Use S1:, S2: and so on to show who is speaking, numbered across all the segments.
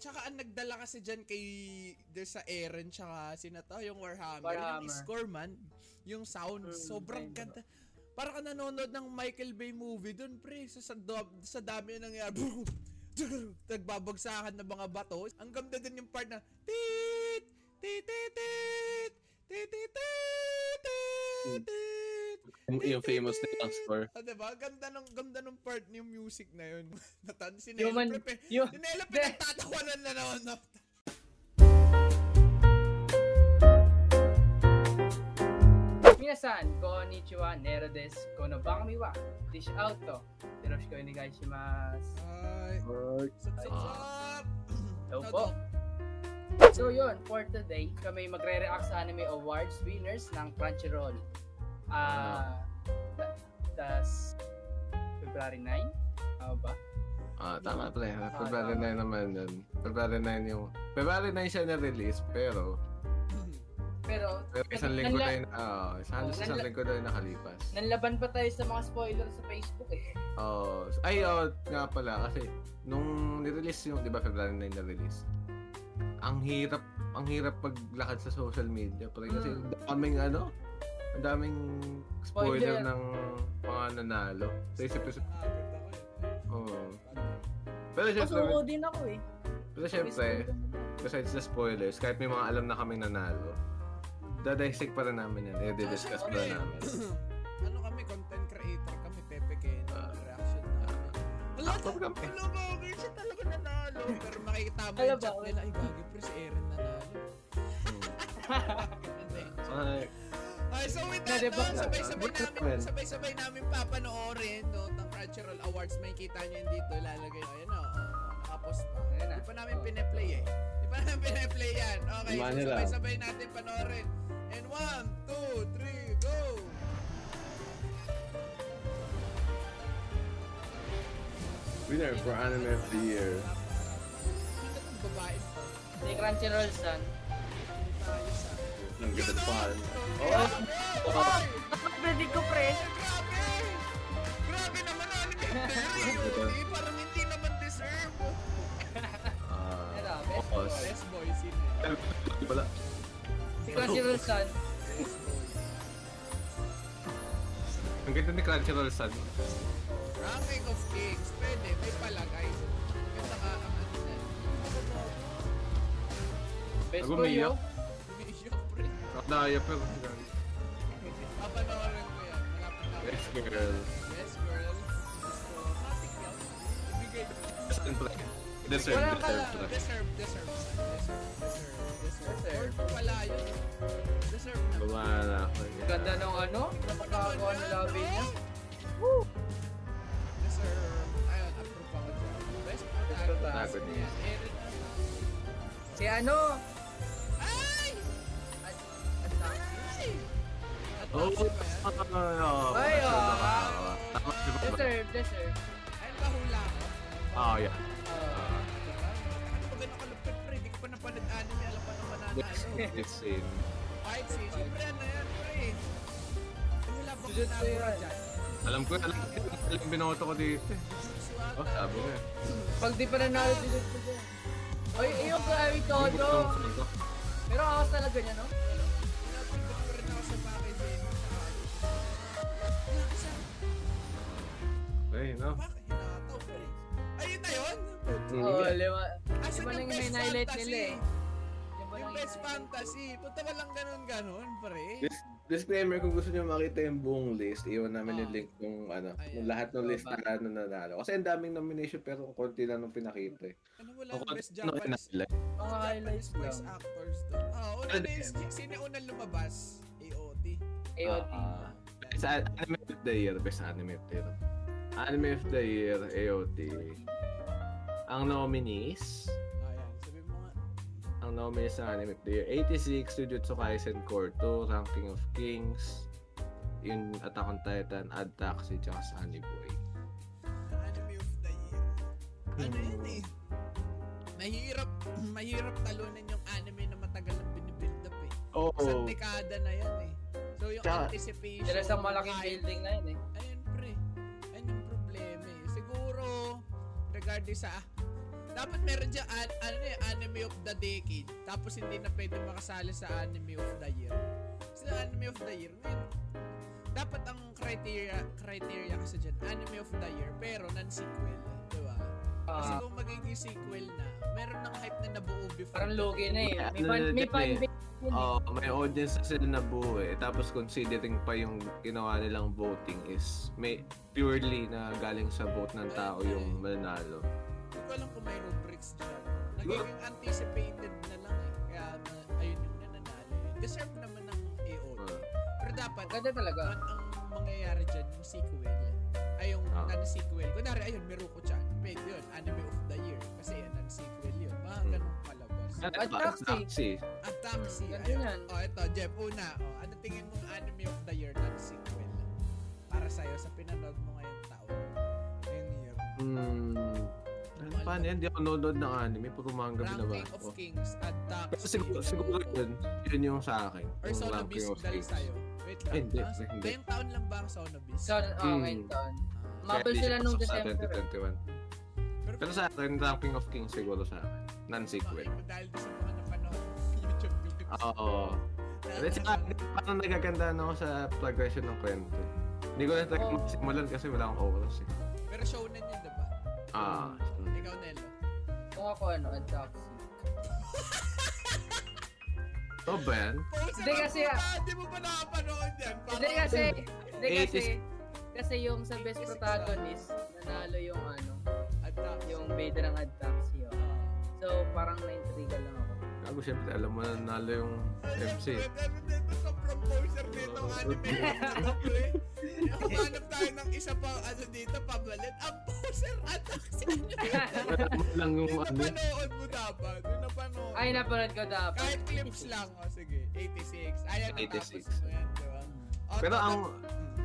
S1: tsaka ang nagdala kasi dyan kay, there sa Eren, tsaka sina to, yung Warhammer, yung
S2: Warhammer.
S1: score man, yung sound,
S2: Mm,
S1: sobrang
S2: ayun,
S1: ganda. Para ka nanonood ng Michael Bay movie dun, pre. So, sa, do- sa dami yung nangyari. Nagbabagsakan ng mga bato. Ang ganda din yung part na tit, tit, tit, tit, tit, tit, tit, tit,
S3: Yung- Mm. yung famous nilang score.
S1: Ah, diba? Ang Ganda ng, ganda ng part ng music na yun. Natan, si Nelo,
S2: Human-
S1: pre, pe-
S2: yu-
S1: si Nelo
S2: de-
S1: pinagtatawanan na naman. No?
S2: Minasan, konnichiwa, nero des, konobami wa, dish out to. Yoroshiku onegai shimasu.
S1: Ay, sup, sup, sup.
S2: Hello
S1: Ano
S2: po.
S1: to?
S2: So yun, for today, kami magre-react sa anime awards winners ng Crunchyroll. Ah, uh, tas February 9? Tama ba?
S3: Ah, tama pala. yan. February 9 naman yun. February 9 yung... February 9 siya na-release, pero...
S2: Pero,
S3: Pero isang
S2: nag-
S3: linggo
S2: nanla-
S3: na yun... Oo, isang halos
S2: Nanla-
S3: isang linggo na yun nakalipas.
S2: Nanlaban pa tayo sa mga spoiler sa Facebook eh.
S3: Oo. Oh, ay, oo, nga pala. Kasi, nung nirelease yung... Di ba, February 9 na-release? Ang hirap... Ang hirap paglakad sa social media. Pero kasi,
S2: Mm.
S3: ang daming ano... Ang daming spoiler,
S2: Spoiler.
S3: ng mga nanalo. So,
S1: Ah,
S3: isip-isip...
S1: Nakakagod ako eh.
S3: Oo. oh. Pero syempre,
S2: Kasuko din ako eh.
S3: pero syempre, besides the spoilers, kahit may mga alam na kami nanalo, dadisect pa rin namin yan. I-discuss pa rin namin.
S1: ano kami, content creator kami, Pepe Ken,
S3: Ah.
S1: reaction namin. Wala
S3: Actor
S1: na,
S3: kami.
S1: wala ba, girl, siya talaga nanalo. Pero makikita mo
S2: Alam
S1: yung
S2: ba,
S1: chat
S2: wala.
S1: nila, ay gagi, pre, si Eren nanalo.
S3: Hmm.
S1: Ganun eh.
S3: Ay,
S1: Ay, so with that,
S2: Nade,
S1: no,
S2: bakla.
S1: sabay-sabay
S3: Bakla
S1: namin,
S3: naman.
S1: sabay-sabay namin papanoorin, no, ng Crunchyroll Awards. May kita nyo yun dito, ilalagay ko. Ayan, o, oh, nakapost pa.
S2: Ayan na.
S1: Di pa namin pineplay eh. Di pa namin pineplay yan. Okay,
S3: Iwanan
S1: so
S3: lang.
S1: sabay-sabay natin panoorin. And one, two, three, go!
S3: winner for anime of the year.
S1: Sino itong babae to?
S2: Ni Crunchyroll san.
S1: Tayo sa...
S3: Ang ganda pa.
S1: Oh! Oy!
S2: Pwede ko pre.
S1: Grabe! Grabe naman, ano yung Perry, oh. Eh, Parang hindi naman deserve.
S2: Pero,
S3: Ah,
S2: best
S3: focus.
S2: boy.
S1: Best boy, sino yun?
S3: Wala.
S2: Si Crunchyroll san.
S3: Ang ganda ni Crunchyroll Sun.
S1: Ranking of Kings, pwede, may palagay. Ganda ka, ang ano na.
S2: Best
S3: Ako
S2: boy
S3: umiyak.
S2: yo.
S1: Umiiyak, pre.
S3: Ang daya pero.
S1: Papanoorin ko yan. Malapit na.
S3: Yes, girl.
S1: Yes, girl. Gusto. Matik yan. Ibigay mo.
S3: Best and play. Deserve,
S2: Wala ka lang.
S3: deserve. talaga.
S1: Deserve, deserve. Deserve, deserve, deserve. Deserve.
S2: Deserve.
S1: pala yun. Deserve na.
S3: Wala na ako.
S2: Ganda ng ano. Napakakakuha ng labi niya.
S1: Deserve. Ayun, approve ako dyan. Best protagonist.
S3: protagonist.
S1: Eric na.
S2: Si ano.
S1: Ay!
S2: At, at na.
S1: Ay! At
S3: Oh,
S1: bakit ba yan?
S3: oh,
S2: Ay, ah.
S3: Tama, di ba?
S2: Deserve, deserve.
S1: Ayun ba hula ko?
S3: Ah, yeah.
S2: Uh,
S1: Ano ba ganun kalupit pre? Di ko pa napanood anime, alam pa naman
S3: Ah,
S1: nanalo.
S3: Yes, same.
S1: Fight scene, siyempre ano yan pre? Wala ba
S2: Sujutsu
S1: kinabura
S2: yan.
S1: dyan?
S3: Alam ko, alam ko, alam binoto ko dito. eh.
S1: Jujutsu
S3: Oh,
S1: ata.
S3: sabi na.
S2: pag di pa nanalo si Lord ko Oy, iyong grabe
S1: Oh,
S2: todo. Pero ako talaga niya, no?
S1: Pinapindot ko rin ako sa packaging. Tsaka ano. Wala ka sa-
S3: Ay, no?
S1: Bakit hinato pre? Ayun na yun?
S3: Mm-hmm.
S1: Oh.
S2: Oo, lima.
S1: Asan
S2: Iba lang
S1: yung
S2: yung
S1: best
S2: highlight nila
S1: fantasy?
S2: eh. Lima lang
S1: Yung best
S2: yun.
S1: fantasy. Punta walang ganun-ganun pre.
S3: Dis- disclaimer, kung gusto niyo makita yung buong list, iwan namin yung
S1: Ah.
S3: link ng ano,
S1: Ayan.
S3: ng lahat ng
S2: Baba.
S3: listahan na ano nanalo. Kasi ang daming nomination pero ang konti lang nung pinakita eh.
S1: Ano wala
S3: Ang
S1: yung
S3: konti
S1: best
S3: lang yung
S1: Japanese
S3: nanalo.
S2: Mga highlights
S1: Japanese voice
S2: lang.
S1: actors doon. Ah, una na
S3: Ano
S1: yung
S3: din?
S1: skin. Sino yung unang lumabas? AOT.
S2: AOT.
S3: Ah, Best anime of the year, best anime of the year. Anime of the year, AOT. Ang nominees,
S1: Ah, yan. Sabi mo nga.
S3: ang nominees ng anime of the year, 86, Jujutsu Kaisen Core 2, Ranking of Kings, yung Attack on Titan, Ad Taxi, tsaka Sunny Boy.
S1: Anime of the year. Ano
S3: Hmm.
S1: yan eh? Mahirap, mahirap talunan yung anime na matagal ang binibuild up eh.
S3: Oo.
S1: Isang dekada na yan eh. So yung
S3: Tsaka-
S1: anticipation.
S2: Sila sa malaking
S1: yung hype,
S2: building na yun eh.
S1: Ayun pre. Ayun yung problema eh. Siguro, regarding sa dapat meron dyan an, ano eh, of the decade, tapos hindi na pwede makasali sa anime of the year. Sa anime of the year, ngayon, dapat ang criteria criteria kasi dyan, anime of the year, pero non-sequel, di ba? Kasi
S2: Ah,
S1: kung magiging sequel na, meron ng hype na nabuo before.
S2: parang logi na eh. May
S3: Ano
S2: fan,
S3: na
S2: may
S3: din
S2: fan
S3: eh.
S2: base yun eh.
S3: Oh, may audience na sila nabuo eh. Tapos considering pa yung ginawa nilang voting is may purely na galing sa vote ng tao yung mananalo.
S1: Hindi ko alam kung may rubrics dyan. Nagiging anticipated na lang eh. Kaya na- ayun yung nananalo. eh. Deserve naman ng AO.
S3: Uh,
S1: Pero dapat,
S2: Ganda talaga.
S1: ang, ang mangyayari dyan, yung sequel, ay yung
S3: Ah.
S1: non-sequel. Kunwari, ayun, Miruko chan. Pwede yun, anime of the year. Kasi yan, non-sequel yun. Mga
S3: Mm.
S1: ganun palabas.
S3: ano ba?
S2: Taxi.
S3: Taxi.
S1: At Taxi,
S2: Ganda
S1: ayun.
S2: yan.
S1: O, oh, ito, Jeff, una. Oh, ano tingin mong anime of the year, non-sequel? Para sa'yo, sa pinanood mo ngayong taon. Ngayong year.
S3: Hmm. Ano pa na Hindi ako nanonood ng anime. Puro manga
S1: Ranking
S3: binabasa
S1: of
S3: ko.
S1: Kings at uh,
S3: Pero
S1: Taxi.
S3: siguro, siguro yun. Yun yung sa akin.
S1: Or
S3: yung
S1: Sonobis
S3: ranking of
S1: dahil
S3: six.
S1: sa'yo. Wait lang.
S3: Eh, hindi,
S1: Ah,
S3: hindi.
S1: Ngayong taon lang ba ang Sonobis?
S2: So, oh,
S3: Hmm.
S2: ngayon taon.
S1: Ah.
S3: Kaya
S2: Mabel
S3: hindi
S2: sila
S3: siya
S2: nung
S3: pasok sa
S2: December. eh.
S3: 2021. Pero sa akin, Ranking of Kings siguro sa akin. Non-sequel.
S1: Bakit? Dahil doon sa mga napanood sa YouTube clips.
S3: Oo. At saka, ah, parang nagaganda na ako sa progression ng kwento. Hindi ko na talaga
S2: Oo.
S3: magsimulan kasi wala akong oras eh.
S1: Pero shounen yun, diba?
S3: Ah,
S1: Ikaw, Nelo.
S2: Kung ako ano, ang taxi.
S3: so ba yan?
S1: Poser
S2: Hindi kasi,
S1: ang
S2: ah.
S1: puta, Di mo ba nakapanood yan?
S2: Hindi kasi, hindi
S3: Eight
S2: kasi, kasi yung sa best
S1: 86
S2: protagonist, nanalo yung ano,
S1: At uh, ah. tapos,
S2: yung bida ng ad taxi. Oh. So, parang na-intriga lang ako.
S3: Gago syempre, alam mo na nalo yung
S1: ah,
S3: MC.
S1: syempre, ano dito, sobrang poser dito ang anime na to, pre. Humanap tayo ng isa pa, ano dito, pabalit. Ang poser at taxi.
S3: Alam mo lang yung
S1: Yung
S3: ano.
S1: napanood mo dapat. Yung napanood.
S2: Ay, napanood ko dapat.
S1: Kahit clips lang. O, sige. 86. Ayan,
S3: 86.
S1: natapos mo yan, diba? O,
S3: Pero
S1: tapos- Hmm.
S3: ang,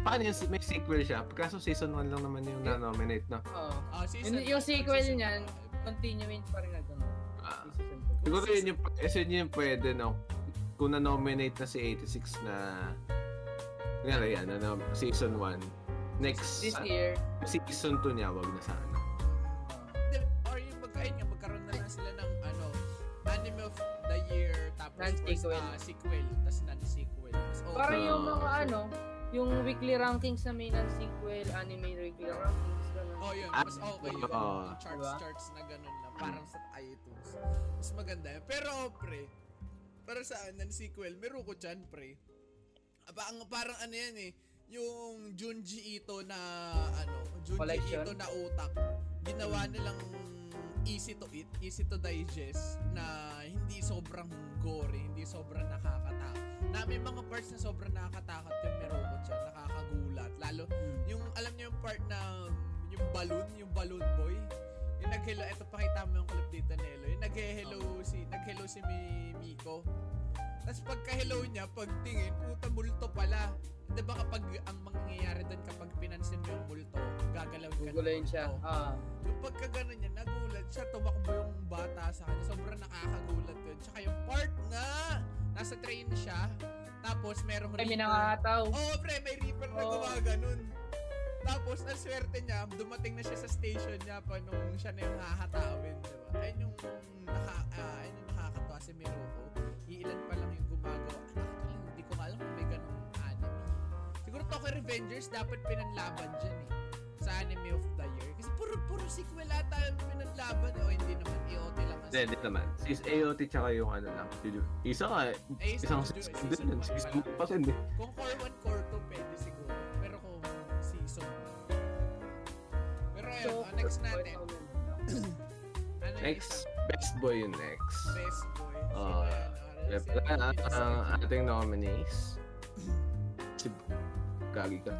S3: paano yun, may sequel siya? Kaso season 1 lang naman yung na-nominate na.
S2: Oo.
S1: Ah, season
S2: Yung- yung
S1: two,
S2: sequel
S1: season
S2: niyan,
S1: five.
S2: Continuing pa rin hanggang
S3: Ah,
S2: season two.
S3: siguro yun yung, eh, so yun yung pwede, no? Kung na-nominate na si 86 na, nga yan, ano, season 1. Next, ano,
S2: This year,
S3: season 2 niya, wag na ano. sana.
S1: Hindi, Or yung magkain nga, magkaroon na lang sila ng ano, anime of the year, tapos
S2: Non-sequel.
S1: first, ah, sequel, tapos non-sequel. Tapos, oh,
S2: Parang
S3: Ah,
S2: yung mga
S3: okay.
S2: ano, yung weekly rankings sa main ng sequel, anime weekly rankings, gano'n.
S1: oh, yun, mas okay yun.
S3: Ah,
S1: Yung charts,
S2: diba?
S1: charts na ganun na, parang sa iTunes. Mas maganda yun. Pero, pre, para sa non-sequel, meron ko dyan, pre. Aba, ang, parang ano yan eh, yung Junji Ito na, ano, Junji
S2: Collection?
S1: Ito na utak, ginawa nilang easy to eat, easy to digest, na hindi sobrang gory, hindi sobrang nakakatakot. Na may mga parts na sobrang nakakatakot yung Meroko dyan, nakakagulat. Lalo, yung, alam niyo yung part na, um, yung balloon, yung balloon boy, yung nag-hello, eto pakita mo yung clip dito, Nelo, yung nag-hello
S2: Oh.
S1: si, nag-hello si Mi- Miko. Tapos pagka-hello niya, pagtingin, puta multo pala. 'Di ba kapag ang mangyayari doon kapag pinansin mo yung multo, gagalaw ka ng
S2: Gugulayin siya.
S1: multo.
S2: Ah,
S1: Yung pagka ganun niya, nagulat siya, tumakbo yung bata sa kanya. Sobrang nakakagulat yun. Tsaka yung part na nasa train siya, tapos merong
S2: ay, may
S1: reaper.
S2: nangahataw.
S1: Oo, pre, may reaper na
S2: Oo.
S1: gumaganon. Tapos, ang swerte niya, dumating na siya sa station niya pa nung siya na yung hahatawin, di ba? Ayun yung, naka, ah, ayun yung nakakatawa si Miruko. Iilan pa lang yung gumagawa. Actually, hindi ko alam kung may ganong anime. Siguro Tokyo Revengers dapat pinanlaban dyan eh sa anime of the year. Kasi puro, puro sequel ata yung pinanlaban. eh. O, hindi naman. EOT lang kasi.
S3: Hindi, hindi naman. Sis AOT tsaka yung ano lang. yung- Isa ka, eh.
S1: Eh,
S3: isang
S1: season
S3: season
S1: two,
S3: din. yun.
S1: season
S3: Season
S1: one
S3: pa
S1: pala.
S3: rin eh.
S1: Kung core 1, core 2, pwede siguro. Pero kung season. Pero ayun,
S2: So,
S1: ah, next natin. Ano yung
S3: Next,
S1: isang
S3: best boy yung next.
S1: best boy?
S3: Ah, Left na ah, ang ang ating nominees. Si Gagi ka.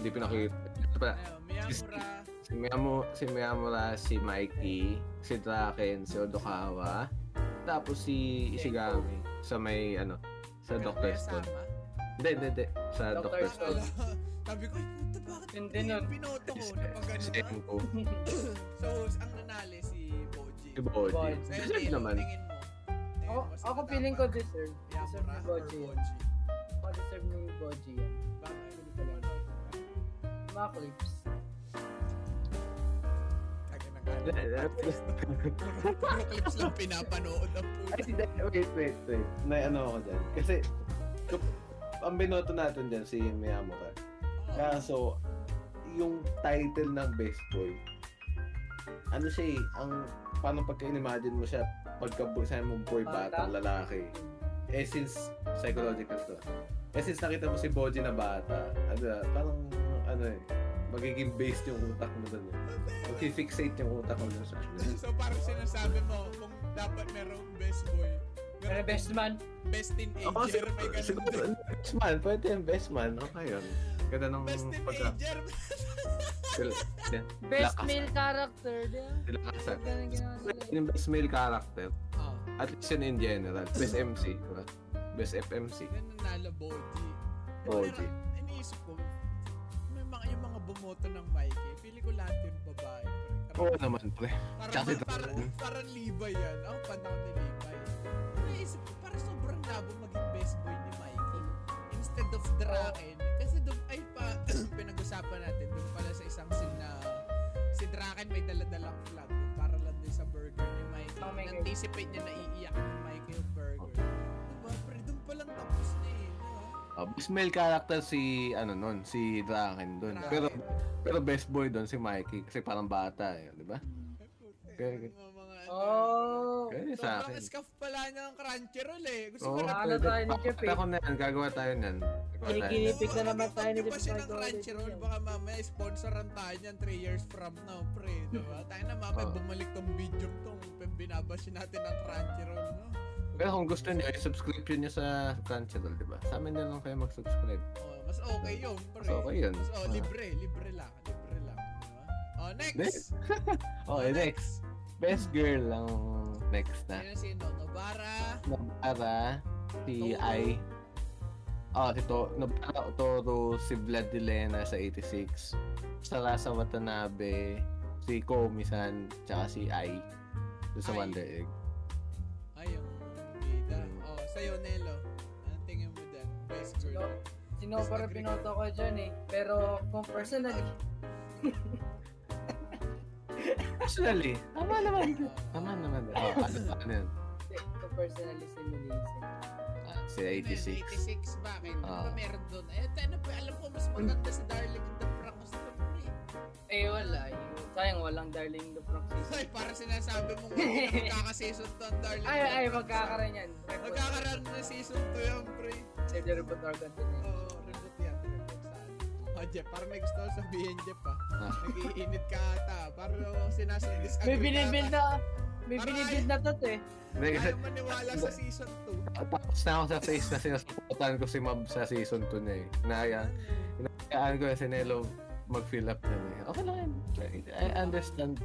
S3: Hindi pinakita. Ito pala.
S1: Miyamura.
S3: Si Miyamo, si Miyamura, si Mikey, si Draken, si Odokawa, tapos si Ishigami sa may ano, sa Dr. Stone. Hindi, hindi, hindi. Sa
S2: Dr.
S3: Dr. Stone.
S2: Stone.
S1: Sabi ko, ay puta, bakit
S2: Hindi
S1: hindi
S2: nun.
S1: pinoto ko?
S3: Si- Si
S1: Napagano na.
S3: Senko.
S1: So, ang nanali si Boji.
S3: Si Bodhi.
S2: Bodhi.
S1: So, yun,
S3: Deserve
S1: Nelo,
S3: naman.
S1: Tingin mo. Tingin mo, sino
S2: Ako, Oh, ako
S1: dapat?
S2: feeling ko deserve. Deserve
S1: Miyamura or
S2: ni Boji. yan.
S1: Boji?
S2: Ako deserve ni Boji yan.
S1: Bakit? Hindi ko alam.
S2: Mga clips.
S1: Tagi na ka. Puro clips lang pinapanood ang
S3: Ay,
S1: puta.
S3: si Dan, wait, wait, wait. May ano ako dyan. Kasi, kap- ang binoto natin dyan, si Miyamoka.
S1: Ah.
S3: Kaso, yung title ng Best Boy, ano siya eh, ang, paano pagka-imagine mo siya, pagka sabi mo boy,
S2: Bata.
S3: batang lalaki. Eh, since, psychological to. Eh, since nakita mo si Boji na bata, ano, parang, ano eh, magiging based yung utak mo dun. eh. Mag-fixate yung utak mo dun sa
S1: So parang sinasabi mo, kung dapat merong best boy,
S2: Pero
S1: merong
S2: best man,
S1: best teenager,
S3: Oo, sig-
S1: may ganun
S3: siguro,
S1: din.
S3: best man. Pwede yung best man. Okay yun. Ganda ng
S1: Best
S3: pagka...
S1: teenager,
S3: Sila,
S4: Best
S3: Lakas.
S4: male character. Diba?
S3: sila kasi.
S4: Ganun ginawa sila.
S3: Yung best male character.
S1: Ah,
S3: At least yun in general. Best MC. diba? Best FMC.
S1: yan ang nalo Boji.
S3: Boji.
S1: Pero iniisip ko, may mga, yung mga bumoto ng Mikey, pili ko lahat yung babae. Parang-
S3: Oo naman, pre.
S1: Parang,
S3: Tsaka-
S1: parang, parang, parang Levi yan. Ang panahon ni Levi. Naisip ko, parang sobrang labo maging best boy ni Mikey. Instead of Draken, kasi doon, ay pa, pinag-usapan natin, doon pala sa isang scene na si Draken may daladalang flag eh, para lang din sa burger ni Mikey.
S2: Oh my God.
S1: anticipate niya na iiyak ni Mikey yung burger. Diba, pre, doon palang tapos na eh. no?
S3: Oh, best male character si, ano nun, si Draken dun.
S1: Draken.
S3: Pero, pero best boy dun si Mikey. Kasi parang bata eh, di ba?
S1: Ay, puti,
S3: Okay, okay.
S1: mga- mga- ano,
S2: oh,
S3: Kaya sa
S1: Sobrang
S3: akin. Oh.
S1: scuff pala niya ng Crunchyroll eh. Gusto
S3: Oo,
S1: ko na
S2: Ano tayo ni Jeff, eh?
S3: Ako na yan, gagawa tayo yan. Gagawa tayo
S4: Kinikilig.
S3: yan.
S4: Epic na naman tayo
S1: nito.
S4: nito
S1: Pag siya ng
S4: sa
S1: Crunchyroll, baka mamaya sponsoran tayo niyan 3 years from now, pre. Diba? Tayo na mamaya
S3: Oo.
S1: bumalik tong video tong binabasin natin ng Crunchyroll, no?
S3: Pero kung gusto niyo, eh, subscription niyo sa Crunchyroll, di ba? Sa amin na lang kayo mag-subscribe.
S1: Oh, mas okay yun, pre.
S3: Mas okay yun.
S1: Mas, oh,
S3: Ah.
S1: libre, libre lang, libre lang. Diba? Oh, next!
S3: Next. Okay, Oh, eh, next. Best girl lang next na.
S1: Ayun si Notobara.
S3: Nabara, si
S1: Toro.
S3: Ai. Oh, si to, Nabara Otoro, si Vlad Dilena sa 86. Sarasa Watanabe, si Komi-san, tsaka si Ai. Doon sa
S1: Ai.
S3: Wonder Egg.
S1: Ay, yung bida. Oh, sa'yo, Nelo. Anong tingin mo dyan? Best girl.
S2: sino para binoto ko dyan eh. Pero kung personally,
S1: Ah.
S3: Personally, tama naman.
S1: Ah.
S3: Tama naman. Oh, ano pa ano yun?
S2: kung personally si Melissa.
S3: Ah, si
S1: Ano yun,
S3: 86.
S1: 86, bakit? Ano
S2: Ah.
S3: Oo.
S1: ba meron doon? Eh, tayo na po, alam ko, mas maganda si Darling in the Franxx sa Pinoy.
S2: Eh wala, eh. sayang walang Darling in the
S1: Ay,
S2: Franxx.
S1: parang sinasabi mo ngayon na magkaka-season 2 ang Darling
S2: Ay,
S1: in the
S2: ay,
S1: Franxx.
S2: magkakaroon yan.
S1: Magkakaroon na season 2 yan, pre.
S2: Save the Robot Organ din eh.
S1: Oo, reboot yan. Reboot sa akin. Oh, Jeff, parang may gusto ko sabihin, Jeff, ah.
S3: Ah.
S1: Nagiinit ka ata. Parang sinasadis
S2: May binibuild na, may
S1: Aray!
S2: binibuild na to eh.
S3: Hindi, kasi
S1: Ayaw maniwala sa season 2.
S3: Tapos na ako sa face na sinasuportahan ko si Mab sa season 2 na eh. Naya, inayaan ko na si Nelo mag-fill up na eh. Okay lang yun. I understand.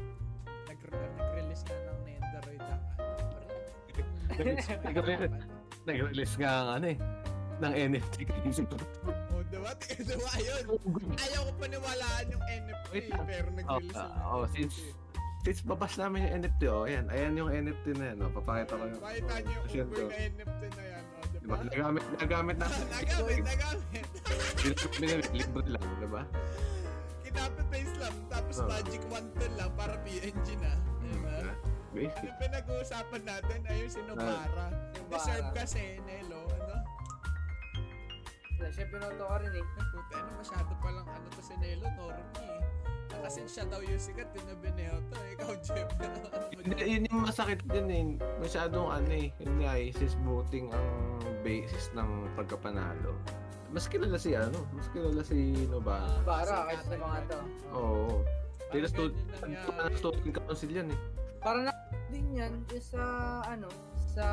S1: Nag- Nag-release na ng Nendoroid ang ano.
S3: Ikaw rin. Nag-release nga ang ano eh. Ng NFT kasi ko.
S1: Oh, diba? Diba yun? Ayaw ko paniwalaan yung NFT,
S3: Wait lang.
S1: pero nag-release sila
S3: Oh, ah, oh,
S1: ng
S3: since-
S1: NFT.
S3: Since babas namin yung NFT, oh, ayan. Ayan yung NFT na yan. Oh. Papakita ko yung...
S1: Pakita niyo yung
S3: Share
S1: Uber
S3: ko.
S1: na NFT na yan, oh, diba?
S3: Diba? Nagamit, nagamit na.
S1: Nagamit, nagamit.
S3: Binamit, libre lang, diba?
S1: Kinapit-paste lang, tapos
S3: Oh.
S1: Magic 1 ton lang para PNG na. Diba?
S3: Diba? Basic.
S1: Yung pinag-uusapan natin ay yung
S3: Ah.
S1: sinobara. Deserve
S2: Para.
S1: kasi, Nelo, ano?
S2: Wala, Siya binoto ko rin eh.
S1: Ay, puta, ano masyado palang ano to si Nelo, normie eh. Ah, Kasi siya daw yung sikat, yun na bineo to. eh. Ikaw, Jeff.
S3: Yun, yun yung masakit din eh. Masyadong ano eh. Yun nga eh, sis voting ang basis ng pagkapanalo. Mas kilala si ano, mas kilala si Nobara.
S2: Bara, kasi sa mga to.
S3: Oo.
S1: Parang
S3: Tila student,
S1: ganyan nangyari.
S3: parang student council yan eh.
S2: Para na din yan eh, sa ano, sa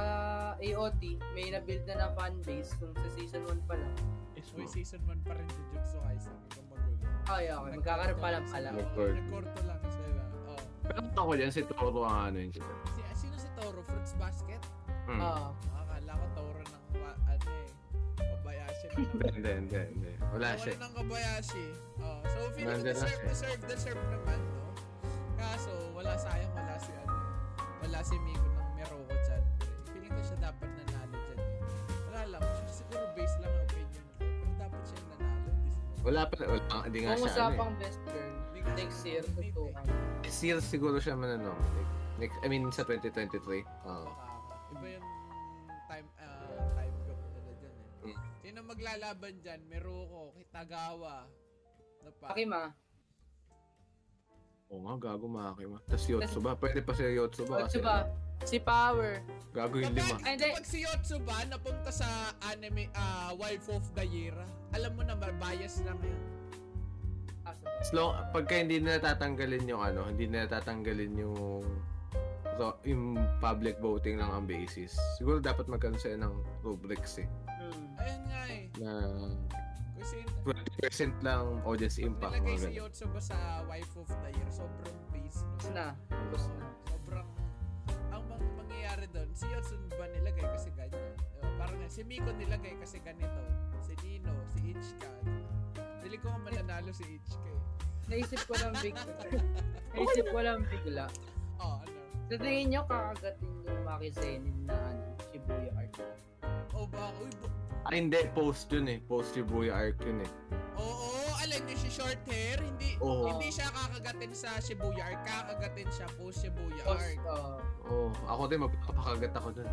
S2: AOT, may na-build na na fanbase nung sa season 1 pa lang.
S1: Uy, season 1 pa rin si Jujutsu Kaisen. Ang magulo.
S2: Ah, yeah, okay. Magkakaroon pa lang pala.
S3: Nag-court.
S1: Nag-corto lang sila. Oh.
S3: Pero ako dyan, si Toro ang ano yun. siya.
S1: Si, ah, sino si Toro? Fruits Basket?
S3: Hmm.
S2: Ah,
S1: Akala ko Toro ng wa- ano eh. Kobayashi na
S3: Hindi, hindi, hindi, hindi. Wala
S1: Wala
S3: siya.
S1: ng Kobayashi. Oh, so feeling ko
S3: Nandyan na
S1: deserve,
S3: siya.
S1: deserve, deserve naman, no? Kaso, wala sayang, wala si ano. eh. Wala si Miko ng Meroko dyan. Feeling ko siya dapat nanalo dyan. eh. Wala lang, siguro based lang ang opinion ko. Pero dapat siya nanalo. Hindi siguro.
S3: Wala pala, wala, hindi nga
S2: kung
S3: siya ano eh.
S2: usapang best girl.
S1: Hindi nga
S2: Next year,
S1: eh.
S2: tutukan.
S3: This year Eh, siguro siya mananominate. Next, I mean, sa 2023. Oo.
S1: Iba yung time, ah, time gap nila dyan eh.
S3: Mm.
S1: Sino maglalaban dyan? Meruko, Kitagawa. Ano pa?
S2: Akima,
S3: Oo nga, gago makakima. Tapos Yotsuba. Pwede pa siya Yotsuba. kasi
S2: Otsuba, oh, diba? si Power.
S3: Gago yung lima.
S1: Kapag,
S2: Ay, hindi.
S1: kapag si Yotsuba napunta sa anime ah, Wife of the Year, alam mo na bias na ngayon.
S2: Ah, sa-
S3: As long, pagka hindi na natatanggalin yung ano, hindi na natatanggalin yung so, yung public voting lang ang basis. Siguro dapat magkaroon sila ng rubrics eh.
S2: Hmm.
S1: Ayun nga eh.
S3: Na
S1: Kung sin
S3: 20% lang audience impact.
S1: nilagay
S3: mga
S1: si
S3: ganun.
S1: Yotsuba sa Wife of the Year, sobrang base.
S2: Tapos
S1: No?
S2: na. Tapos na.
S1: Sobrang ang mang- mangyayari doon, si Yotsuba nilagay kasi ganyan. Diba? Parang nga, si Miko nilagay kasi ganito. Si Nino, si Ichika. Dili ko nga mananalo si Ichika. eh.
S2: Naisip ko lang bigla. Naisip ko lang bigla.
S1: Oh, ano?
S2: Sa tingin nyo, kakagatin yung Maki Zenin na ano, Shibuya Art.
S1: Oh, ba? Uy, bu-
S3: Ah, hindi. Post yun eh. Post Shibuya arc yun eh.
S1: Oo, alam niyo si short hair, hindi
S3: Oo.
S1: hindi siya kakagatin sa Shibuya Arc, kakagatin siya po Shibuya
S2: Tapos,
S1: Arc.
S2: uh,
S3: Oo. Oh, ako din, magpapakagat ako dun.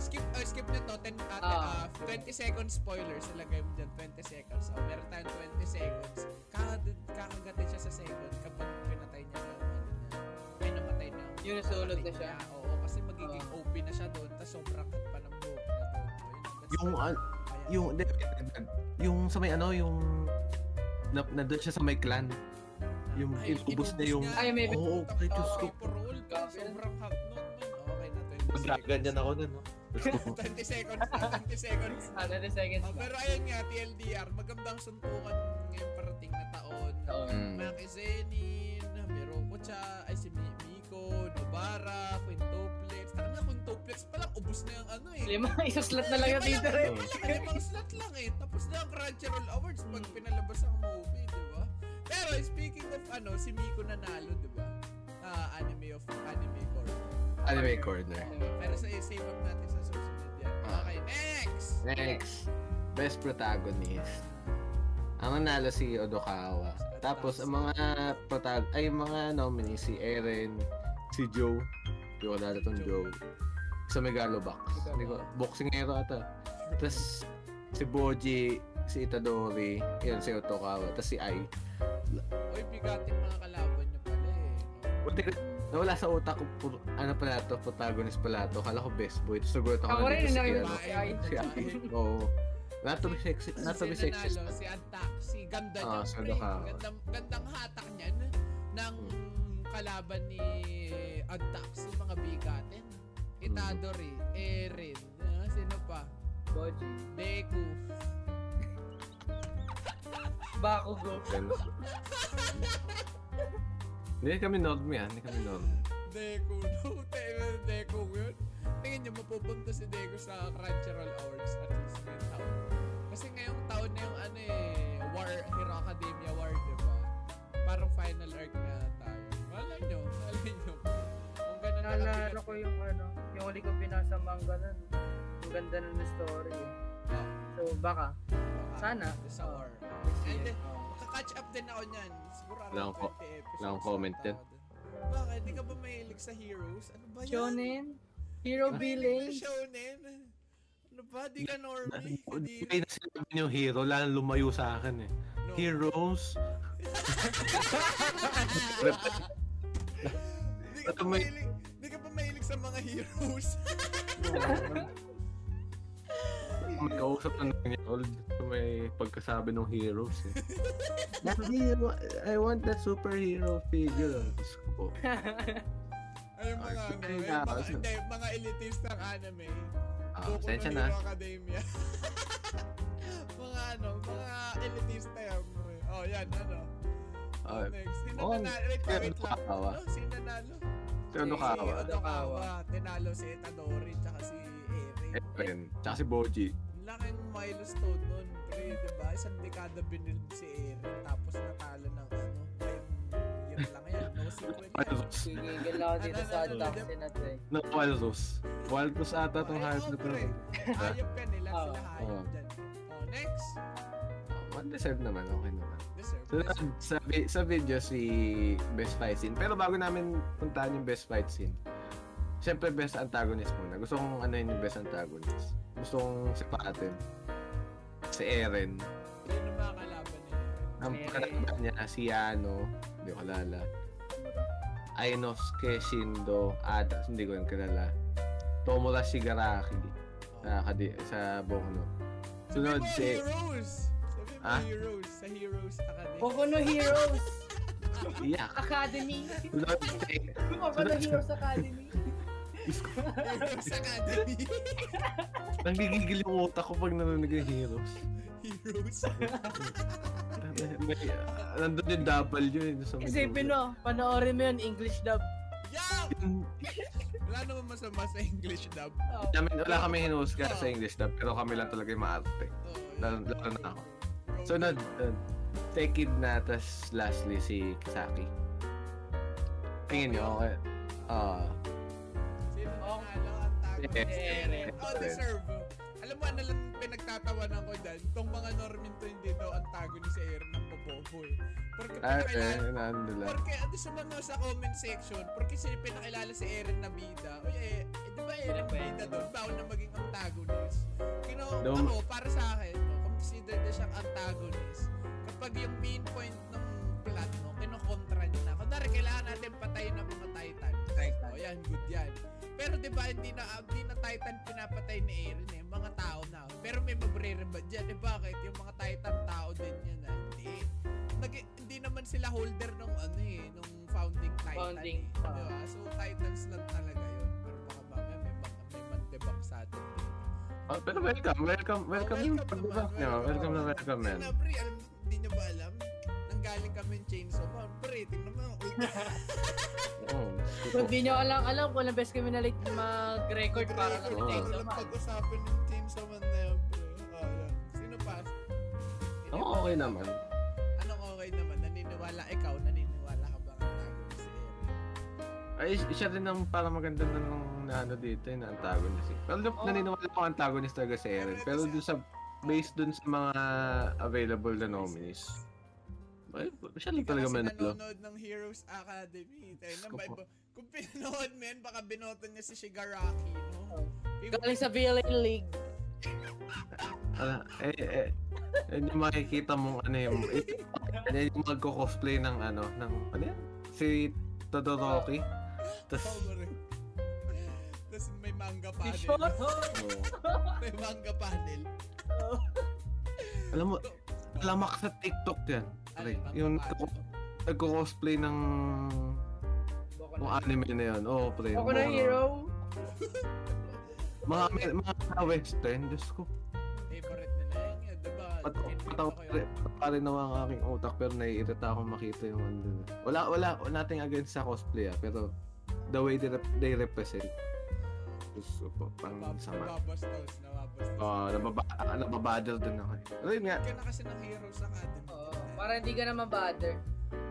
S1: Skip ah, skip nito 10 ah,
S2: Ah.
S1: ah, 20 seconds spoilers ilagay mo diyan 20 seconds. Oh, meron tayong 20 seconds. Kakagatin, kakagatin siya sa second kapag pinatay niya yung ano niya. May namatay na.
S2: Yung nasunog na
S1: kapatid
S2: siya.
S1: niya. Oo, kasi magiging
S2: Ah.
S1: OP na siya doon, tapos sobrang cut pa ng buhok na doon.
S3: Yung,
S1: ano,
S3: an- yung, hindi, yung sa may ano, yung, na, na doon siya sa may clan. yung inubos na yung-
S2: Ay, may-
S3: Oo, kay Diyos ko.
S1: Roll ka, ah, sobrang hot noon man. Okay na, 20
S5: Dragon
S1: seconds.
S5: yan ako nun, no?
S1: 20 seconds na, 20 seconds na.
S2: ano, the seconds
S1: Oh,
S2: na.
S1: pero ayun nga, TLDR, magandang suntukan ngayong parating na taon.
S2: Oo.
S3: Mm.
S1: Maki Zenin, Meroko Cha, ay si Mi- Miko, Nobara, Quintuplex. Taka na, Quintuplex pa lang, ubos na yung ano eh.
S2: Lima, isang slot na lang yung eh.
S1: Lima
S2: dito rin.
S1: lima lang, Limang slot lang eh. Tapos na ang Crunchyroll Awards pag
S2: Hmm.
S1: pinalabas ang movie, di ba? Pero speaking of ano, si Miko nanalo, di ba? Ah, anime of anime core.
S3: Anime corner.
S1: Pero sa save up natin sa susunod yan.
S3: Ah.
S1: Okay, next!
S3: Next, best protagonist. Ang nanalo si Odokawa. Tapos ang mga protag ay yung mga nominees si Eren, si Joe. Hindi ko alala tong Joe. Sa Megalobox. Hindi ko, boxingero ata. Tapos si Boji, si Itadori, yun si Odokawa. Tapos si Ai.
S1: Uy, bigating mga kalaban niyo pala eh. no?
S3: Buti ka- nawala sa utak ko, puro- ano pala to, protagonist pala to. Kala ko best boy. Tapos nagulat ako
S2: Ako rin,
S3: nandito
S2: narinig
S3: ano,
S2: ko si Ai.
S3: si Ai. Oo. Not to be sexist. Not to be
S1: Si
S3: sexist.
S1: Nanalo, si Antak, si ganda niya.
S3: Ah,
S1: pre.
S3: Sado ka.
S1: Gandang, gandang hatak niyan eh, ng
S3: Hmm.
S1: kalaban ni Antak, si mga bigatin. Itadori, Erin, ah, sino pa?
S2: Boji.
S1: Deku.
S2: Bakugo.
S3: Ganun. Hindi kami norm yan. Hindi kami norm.
S1: Deku, no, tayo Deku yun. Tingin niyo, mapupunta si Deku sa Crunchyroll Awards at least ngayong taon. Kasi ngayong taon na yung ano eh, War, Hero Academia War, di ba? Parang final arc na tayo. Malay nyo, malay nyo. Kung ganun na
S2: Naalala ko yung ano, yung huli ko binasa manga nun. Ang ganda nun ng story. eh. So, baka. Sana.
S1: Sa
S2: Oo.
S1: war. And
S2: Next year.
S1: then,
S2: Oo.
S1: Kakatch up din ako niyan. Siguro
S3: Wala
S1: around
S3: akong ko-
S1: 20 episodes.
S3: wala akong comment
S1: na tao dun. Bakit? Hindi ka ba mahilig sa heroes? Ano ba yan?
S2: Shonen, Hero
S1: Mahilig
S2: Villains.
S1: ka Shonen? Ano ba? Di ka normie? Hindi.
S3: Hindi na sinabi niyo hero. Lalo lumayo sa akin eh.
S1: No.
S3: Heroes.
S1: Hindi ka pa
S3: Ba't may-
S1: mahilig, hindi ka pa mahilig sa mga heroes.
S3: May kausap na nangyayol. May pagkasabi ng heroes eh. That hero, I want that superhero figure. Diyos ko.
S1: Ay, yung mga,
S3: Ah,
S1: ano,
S3: ay,
S1: yung
S3: ah,
S1: mga,
S3: so-
S1: hindi, mga elitist ng anime.
S3: Ah,
S1: Boku no
S3: pasensya na.
S1: Hero Academia. mga ano, mga elitista yan. pre. Oh, yan, ano.
S3: Ah,
S1: Next. Sino
S3: oh,
S1: nanalo? Wait,
S3: si
S1: wait lang.
S3: Odokawa.
S1: Ano? Sino nanalo?
S3: Si Odokawa.
S1: Si Odokawa. Tinalo si Itadori, tsaka si Eren.
S3: Eren. Tsaka si Boji.
S1: Ang laking milestone nun, pre, di ba? Isang dekada binild si Eren, tapos natalo ng ano, ngayong year lang yan, no sequel yan.
S3: Walrus.
S2: Gigigil na ako dito sa
S1: Ano, ano,
S2: Antak
S1: ano?
S2: Sinatay.
S3: No, Walrus. Walrus ata tong
S1: Ay,
S3: hype na
S1: oh,
S3: to.
S1: pre, Hayop ka nila,
S2: Ah.
S1: sila hayop
S3: Oo.
S1: dyan. Oh, next!
S3: Oh, naman. Deserve naman. Okay naman.
S1: Deserve.
S3: So,
S1: deserve.
S3: sa, sa video si Best Fight Scene. Pero bago namin puntahan yung Best Fight Scene, Siyempre, best antagonist muna. Gusto kong ano yung best antagonist. Gusto kong si Paten. Si Eren.
S1: Yun yung mga kalaban nila.
S3: Ang
S2: Si Eren.
S3: kalaban niya, si Yano. Hindi ko kalala. Ainosuke Shindo. Ada. Hindi ko yung kilala. Tomura Shigaraki. Sa, kadi, sa Boku no.
S1: Sabi Oh.
S3: Sunod
S1: mo,
S3: si...
S1: Heroes! Sabi mo,
S3: Ah?
S1: Heroes. Sa Heroes Academy.
S2: Boku no Heroes
S3: Iyak.
S4: Academy.
S3: Sunod si
S4: Boku no Heroes Academy.
S1: Heroes Academy.
S3: Nagigigil yung utak ko pag nanonood ng Heroes.
S1: Heroes.
S3: May, nandun yung double yun. Sa may
S2: Isipin mo, panoorin mo yun, English dub.
S1: Yeah!
S3: Yung-
S1: Wala naman masama sa English dub.
S2: Oh.
S3: Namin, wala kami hinuhusga sa English dub, pero kami lang talaga yung maarte.
S1: Oo, yun.
S3: Lalo, lalo na ako.
S1: Oh, Bro,
S3: So, nun, nun, Tekid na, tas lastly si Kisaki. Tingin nyo, okay. Ah,
S1: Sino
S2: Oh.
S1: ang talo ang tago
S3: Yes.
S1: ni Eren?
S2: Yes.
S1: Oh, deserve. Alam mo, ano lang pinagtatawanan ko dyan? Itong mga Normin to hindi daw ang tago ni si Eren ng boboho eh. Porque
S3: ay,
S1: pinakilala,
S3: eh, naano lang.
S1: porque ano sa mga sa comment section, porque sila pinakilala si Eren na bida. Uy, eh, eh, di ba Eren
S2: Ano ba yun?
S1: bida doon? Bawal na maging antagonist. Kino,
S3: No.
S1: ako, para sa akin, no, consider na siyang antagonist. Kapag yung main point ng plot, no, kinokontra niya na. Kunwari, kailangan natin patayin ng mga Titans.
S2: Titan.
S1: O yan, good yan. Pero di ba, hindi na, hindi na Titan pinapatay ni Eren eh. Mga tao na. Pero may magrereba dyan. Eh bakit? Yung mga Titan tao din yan ah. Hindi. Nag, hindi naman sila holder nung ano eh, nung founding Titan.
S2: Founding,
S1: Eh.
S2: oo.
S1: Di ba? So Titans lang talaga yun. Pero baka mamaya may, mag, may mandebak sa atin.
S3: Ah, pero welcome, welcome, welcome yung
S1: welcome naman,
S3: pag-back nyo. Welcome na welcome, man.
S1: Kasi na pre, alam, hindi nyo ba alam? Nanggaling kami yung Chainsaw Man. Pre, tingnan mo.
S3: Oh,
S2: Kung di nyo alam, alam ko lang best kami na late mag-record para lang
S1: Hindi ko
S2: sa
S3: Oo.
S2: Chainsaw
S1: alam
S2: Man.
S1: pag-usapan yung Chainsaw Man na yun, pre. Oh, yan. Sino pa? Sino
S3: Ako
S1: pa?
S3: okay naman.
S1: Anong okay naman? Naniniwala ikaw? Naniniwala ka ba ang tago ni si Eric?
S3: Ay, is- siya rin ang parang maganda na nung na ano dito, yung antagonist. Eh. Well, look,
S1: Oh.
S2: Oo.
S3: naniniwala ko antagonist talaga si Eren. Pero dun sa, based dun sa mga available na nominees, ay, siya
S1: Hindi
S3: lang
S1: ka
S3: talaga
S1: kasi ano,
S3: manalo.
S1: nanonood ng Heroes Academy. Tayo na
S3: Ko
S1: ba
S3: po.
S1: iba? Kung pinanood mo yan, baka binoto niya si Shigaraki, no?
S2: Oh.
S1: Iba-
S2: Galing sa VLA League.
S3: Ala, eh, eh, yun yung makikita mong ano yung, yun yung magko-cosplay ng ano, ng, ano yan? Si Todoroki. Tapos,
S1: Oh, correct. Tapos may manga
S2: Si
S1: panel.
S2: Shot!
S3: oh,
S1: may manga panel.
S3: alam mo, lamak sa TikTok yan.
S1: Ano,
S3: Pre,
S1: manga
S3: yung
S1: panel.
S3: nagko-cosplay ng ng anime na ano yun. Oo, pre.
S2: Boku no
S3: mga-
S2: Hero.
S3: Mga, mga, mga western, Diyos ko.
S1: Favorite nila yan yun, diba?
S3: Pat-
S1: Kinwento
S3: pataw-
S1: ko
S3: pre-
S1: yun.
S3: pa rin naman ang aking utak pero naiirita akong makita yung ano. dun. Wala, wala, nating against sa cosplay ah, pero the way they, rep- they represent. Gusto po, pang
S1: Nabab-
S3: sama.
S1: Nababastos, nababastos.
S3: Oo, nababa, ah, nababadal din ako. eh. Pero yun nga,
S1: Ka na kasi ng Heroes Academy. diba?
S2: Oo, para hindi ka naman bother.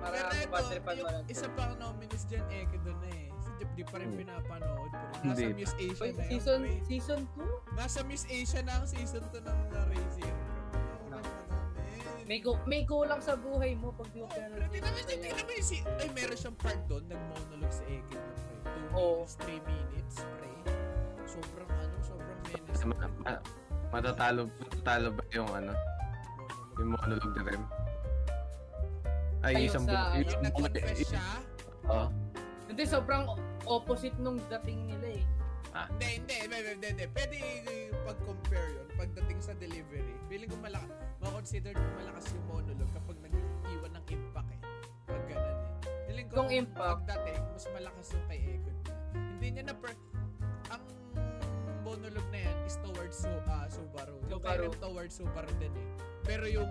S2: Para
S1: Pero ito,
S2: bother pa
S1: yung
S2: mo.
S1: isa pang nominees dyan, eh, doon na eh. Si Jeff di pa rin
S3: Hmm.
S1: pinapanood. Pero nasa
S3: Hindi.
S1: Miss Asia
S2: Wait,
S1: na yun.
S2: season,
S1: Wait,
S2: season 2?
S1: Nasa Miss Asia na ang season 2 ng La Razor. Ano ba namin?
S2: May, go, may kulang sa buhay mo pag di mo
S1: Oh,
S2: pinanood.
S1: Grabe naman siya. Tingnan mo yung si... Ay, meron siyang part doon. Nag-monologue si Egil na pre. 2
S2: Oo.
S1: minutes, 3 minutes, pre. Sobrang ano, sobrang menace.
S3: ma, ma, matatalo, matatalo ba yung ano,
S1: Monologue.
S3: yung monologue ni Rem? Ay,
S2: Ayun,
S3: isang
S2: sa-
S3: buwan.
S1: Yung
S3: Isang buwan.
S1: nag-confess siya.
S3: Oo.
S2: Hindi, sobrang opposite nung dating nila eh.
S1: Hindi, hindi, hindi, hindi, hindi. Pwede i- pag-compare yun pagdating sa delivery. Feeling ko malaka, makonsider ko malakas yung monologue kapag nag-iwan ng impact eh. Pag ganun eh. Feeling ko
S2: Yung impact.
S1: pagdating, mas malakas yung kay Egon. Hindi niya na per... Ang monologue na yan is towards so, ah, Subaru. Yung kay
S2: Subaru.
S1: Rem towards Subaru din eh. Pero yung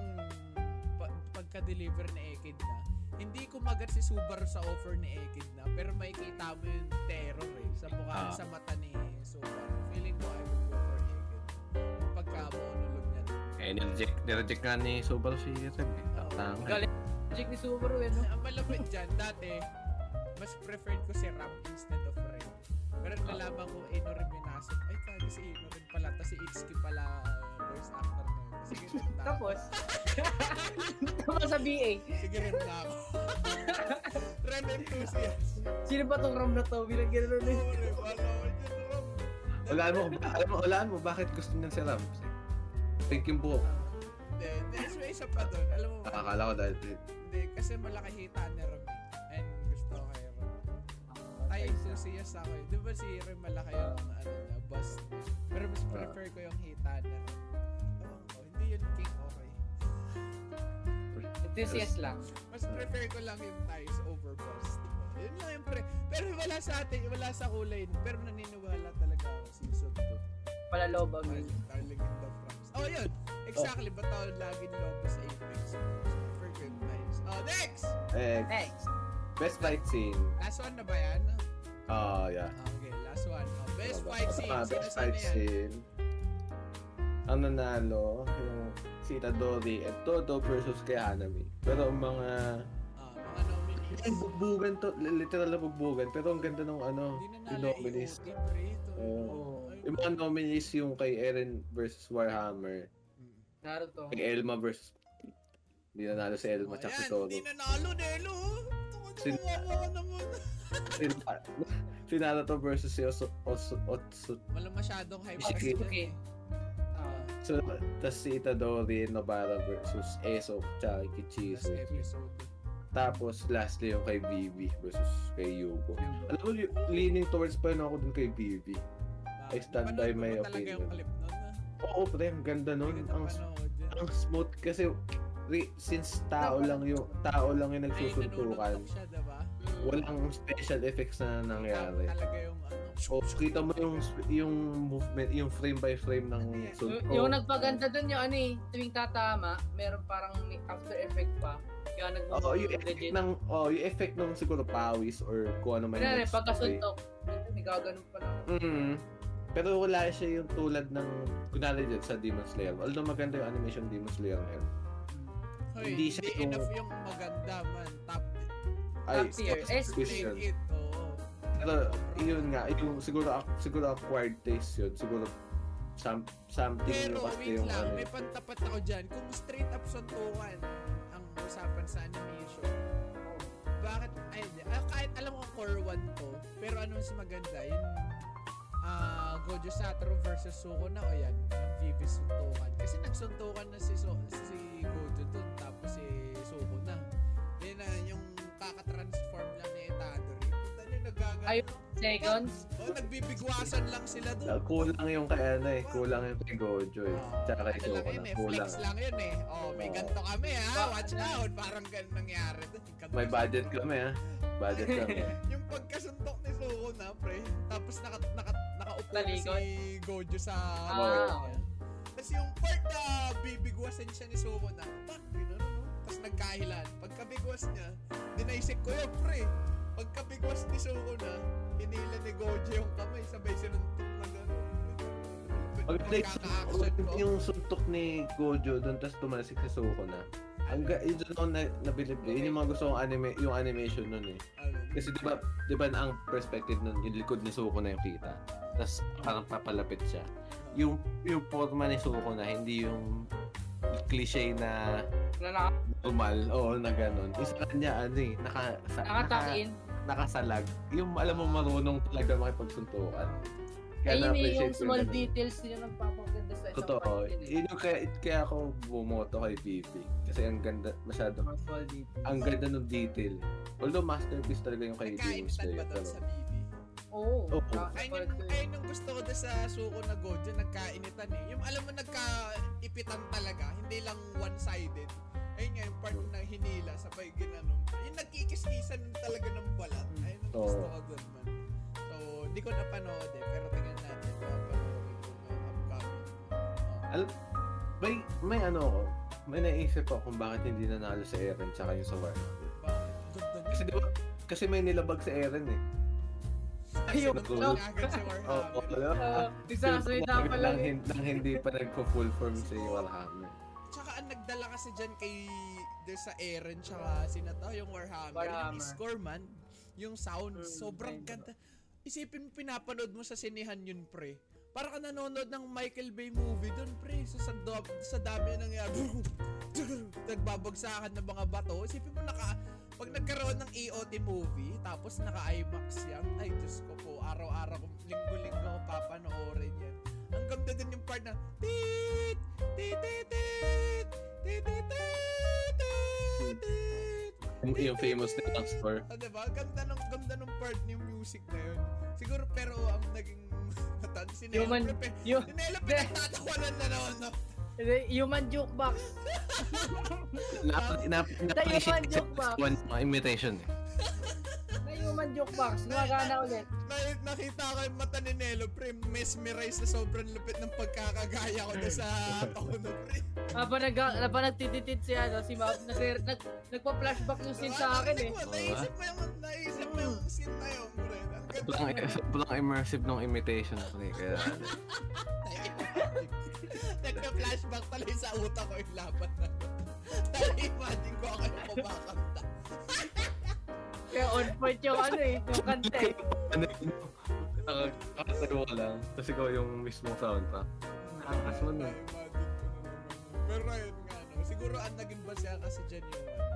S1: pa- pagka-deliver ni Ekid na, hindi kumagat si Subaru sa offer ni Ekid na, pero makikita mo yung terror eh, sa mukha,
S3: Ah.
S1: sa mata ni Subaru. Feeling ko I would go for Ekid. Yung pagka-monologue niya.
S3: Eh, nireject, nireject nga ni Subaru si Rem. eh. Tama.
S2: Galing Magic ni Subaru eh, no?
S1: Ang malapit dyan, dati, mas preferred ko si Ram instead of Ren. Pero nalaman ko Inorin Minasok, ay kagi si Inorin pala, tapos si Itsuki pala uh, voice actor na yun. Sige, rin na ako.
S2: Tapos, tapos sa BA,
S1: Sige, rin na ako. Ren enthusiast.
S2: sino ba tong ram na to? Bilang gano'n eh? ulit.
S1: Pare, wala ko dyan, Rob.
S3: Walaan mo, alam mo, walaan mo, bakit gusto niyan si Ram? Think yung buhok.
S1: Hindi, there's may isa pa doon. Alam mo ba?
S3: Akala ko dahil
S1: Hindi, kasi malaki hita ni Rob. eh. And gusto ko kay Rob. Ay, enthusiast ako eh. Di ba si Rob malaki yung ano na, bus niya? Pero mas prefer ko yung hita ni Rob. Ewan ko, hindi yun king okay.
S2: Enthusiast lang.
S1: Mas prefer ko lang yung ties over bus. Yun lang yung pre... Pero wala sa atin, wala sa kulay. Pero naniniwala talaga ako si Soto.
S2: Palalobang yun.
S1: Darling, Darling in the Bronx. Oh, yun. Exactly. Ba't ako laging lobo sa Apex? For good times. Oh, next!
S3: Eh,
S2: Next.
S3: best fight scene.
S1: Last one na ba yan?
S3: Oh, yeah.
S1: Ah, Okay, last one. Oh, best fight scene.
S3: Ah,
S1: Sino
S3: best
S1: sino
S3: fight
S1: yan?
S3: scene. Ang nanalo, yung si Itadori at Toto versus kay Hanami. Pero ang mga...
S1: Ah, mga nominees.
S3: Yung bugbugan to, literal na bugbugan. Pero ang ganda ng ano,
S1: Hindi na
S3: yung
S1: nala
S3: nominees.
S1: AOT, pre. Ito.
S3: Oo.
S1: Ay,
S3: Yung mga nominees yung kay Eren versus Warhammer.
S1: mm.
S2: Naruto.
S3: Kay Elma versus... Hindi nanalo si Elma
S1: Oh,
S3: tsaka si
S1: yan.
S3: Toto.
S1: Hindi nanalo, Nelo. Ito
S3: Sin-
S1: ko nawawa naman.
S3: Sina- si Naruto versus si Oso, Oso, Otsu.
S1: Wala masyadong hype. kasi
S3: Shiki.
S1: dun
S2: Okay.
S1: eh.
S2: Ah,
S3: So, tas si Itadori Nobara versus Eso tsaka kay
S1: Last
S3: Kichizo.
S1: episode.
S3: Tapos lastly yung kay Vivi versus kay Yugo.
S2: yun.
S3: Alam mo, y- leaning towards pa rin ako dun kay Vivi.
S1: Ah,
S3: I
S1: napanood
S3: stand by
S1: mo
S3: my
S1: ba talaga yung
S3: opinion.
S1: clip nun, ah?
S3: Oo, pre, ang ganda
S1: Hindi
S3: nun.
S1: ko
S3: Ang,
S1: napanood yun.
S3: ang smooth kasi re- since tao lang yung tao lang
S1: Ay,
S3: yung nagsusuntukan.
S1: nanununtok siya, diba?
S3: Walang special effects na nangyari.
S1: Tal- Talaga yung ano.
S3: O, kita mo yung yung movement, yung frame by frame ng suntok.
S2: Y- yung nagpaganda dun yung ano eh, tuwing tatama, meron parang may after effect pa. Kaya nagmamaganda
S3: Oo, yung effect ng oh, yung effect ng siguro pawis or kung ano man.
S2: Kaya rin,
S3: next day.
S2: pagkasuntok, nagkaganon pa lang.
S1: Mm-hmm.
S3: Mm. Pero wala siya yung tulad ng kunwari dyan sa Demon Slayer. Although maganda yung animation Demon Slayer ngayon.
S1: Hoy,
S3: hindi
S1: hindi
S3: siya
S1: siya
S3: yung-
S1: enough yung maganda man. Top
S3: Ay,
S2: Top tier.
S3: Scottish
S2: S
S3: Christian.
S1: Christian. It, oo.
S3: Pero yun nga, yung siguro ac- siguro acquired taste yun. Siguro some, something
S1: Pero
S3: yung kasi
S1: wait
S3: yung
S1: lang,
S3: ano.
S1: may pantapat ako dyan. Kung straight up suntukan ang usapan sa animation, bakit, ay, hindi. Ah, kahit alam ko core 1 to, pero ano mas maganda, yun, ah, Gojo Satoru versus Suko na o yan, yung VV suntukan. Kasi nagsuntukan na si, so, si Gojo dun, tapos si Suko na. Then, ah, yung kakatransform lang ni Itadori. Puta na nagagano.
S2: Ay- Seconds,
S1: Oh, nagbibigwasan lang sila dun.
S3: Na- Kulang yung kay ano eh, kulang yung kay Gojo eh.
S1: Oo.
S3: Tsaka
S1: Ano
S3: kay
S1: lang
S3: Shoko
S1: yun
S3: na,
S1: eh,
S3: kulang.
S1: Flex lang yun eh. Oh, may
S3: Oo.
S1: ganito kami ha.
S2: Ba-
S1: Watch out. Parang ganun nangyari. dun. Kadalasan-
S3: May budget kami ha. Budget kami.
S1: Yung pagkasuntok ni Suho na, pre. Tapos naka, naka, nakaupo na
S2: Talikod.
S1: si Gojo sa...
S2: Ah,
S1: niya. Tapos yung part na bibigwasan siya ni Suho na, tak, ganun, no? Tapos nagkahilan. Pagkabigwas niya, dinaisip ko yun, pre. Pagkabigwas ni Suho na, hinila ni Gojo yung kamay, sabay sinuntok na gano'n.
S3: Maganda yung suntok-
S1: Pagkaka-action
S3: maganda
S1: ko.
S3: yung suntok ni Gojo doon, tapos tumalsik sa Suko na. Ang ga- yun doon ako na, nabilib eh. Yun yung mga gusto kong anime, yung animation nun eh.
S1: Ano?
S3: Kasi di ba, di ba ang perspective nun, yung likod ni Suko na yung kita. Tapos parang papalapit siya. Yung, yung forma ni Suko na, hindi yung cliche na
S2: na naka,
S3: normal, oo, na ganun. Isa kanya, ano eh, naka, sa,
S2: naka-tuck in.
S3: naka- nakasalag. Yung alam mo marunong talaga makipagsuntukan.
S2: Ayun eh,
S3: na-appreciate
S2: yung
S3: ko
S2: small
S3: ganun.
S2: details yun ang papaganda sa isang
S3: Totoo.
S2: part yun eh.
S3: Yun yung kaya, kaya ako bumoto kay Vivi. Kasi ang ganda, masyado.
S2: Mga small details.
S3: Ang ganda ng detail. Although masterpiece talaga yung kay Demon
S1: Nagkaimitan ba
S3: Slayer.
S1: doon
S3: Pero,
S1: sa BB?
S2: Oo.
S3: Oo.
S2: Ah,
S1: Ayun
S2: part
S1: yung,
S2: two.
S1: ayun yung gusto ko doon sa suko na Gojo, nagkainitan eh. Yung alam mo, nagkaipitan talaga, hindi lang one-sided. Ayun nga, yung part na hinila, sabay ginanong. Yung nagkikis-kisan talaga ng balat. Ayun ang
S3: Oo.
S1: gusto ko doon man. So, di ko napanood eh, pero tingnan natin. Papanoorin ko ngayong upcoming. Oh.
S3: alam, may, may ano ako, may naisip ako kung bakit hindi nanalo sa Eren tsaka yung sa Warhammer.
S1: Bakit? Ganda niya.
S3: Kasi di ba, kasi may nilabag sa Eren eh.
S2: Ayun.
S1: Sinuntok niya agad si
S3: Oo, oh,
S1: Warhammer.
S3: alam.
S2: Ah, nagsasalita pa lang eh.
S3: Nang, nang hindi pa nagko-full form si Warhammer.
S1: Tsaka ang nagdala kasi dyan kay doon sa Eren tsaka sina to yung Warhammer,
S2: Warhammer.
S1: yung score man, yung sound
S2: Mm,
S1: sobrang
S2: ayun,
S1: ganda. Isipin mo pinapanood mo sa sinehan yun pre. Para ka nanonood ng Michael Bay movie doon, pre. So, sa, do- sa dami ng nangyari. Nagbabagsakan ng mga bato. Isipin mo, naka, pag nagkaroon ng EOT movie, tapos naka-IMAX yan, ay, Diyos ko po, araw-araw, kung linggo-linggo ko papanoorin yan. Ang ganda din yung part na, tit, tit, tit, tit, tit, tit, tit, tit,
S5: Yung, yung famous na dance floor.
S1: Ah, diba? Ang Ganda ng, ganda ng part ng music na yun. Siguro, pero ang naging matan, si Nelo,
S2: Human-
S1: pre, pe-
S2: Yo,
S1: si Nelo pinagtatawanan na naman, no?
S2: human jukebox.
S3: Nap- nap-
S4: Tayo man,
S3: Na-appreciate kasi
S4: joke ba?
S3: one mga imitation eh.
S4: Na human jukebox. Gumagana ulit.
S1: Na- nakita ko yung mata ni Nelo, pre, mesmerized na sobrang lupit ng pagkakagaya ko na sa tono, pre.
S2: Habang nag habang nagtititid si ano si Mab, nagre- nag nagpa-flashback yung scene sa akin eh.
S1: Diba? Naisip mo, Naisip mo yung, naisip mo yung scene na yun, pre. Ang ganda.
S3: Sobrang, sobrang immersive ng imitation ko eh. Kaya,
S1: Nagka-flashback tuloy sa utak ko yung laban na. Na-imagine ko ako yung kumakanta.
S2: Kaya on point yung ano eh, yung kante.
S3: ano yun?
S5: Nakakatawa lang.
S3: Tapos ikaw yung mismong
S2: Ah.
S3: soundtrack. eh. Nakakakas mo nun.
S1: Na-imagine ko na naman. Pero ayun nga, no. siguro ang naging basya kasi dyan yung ano,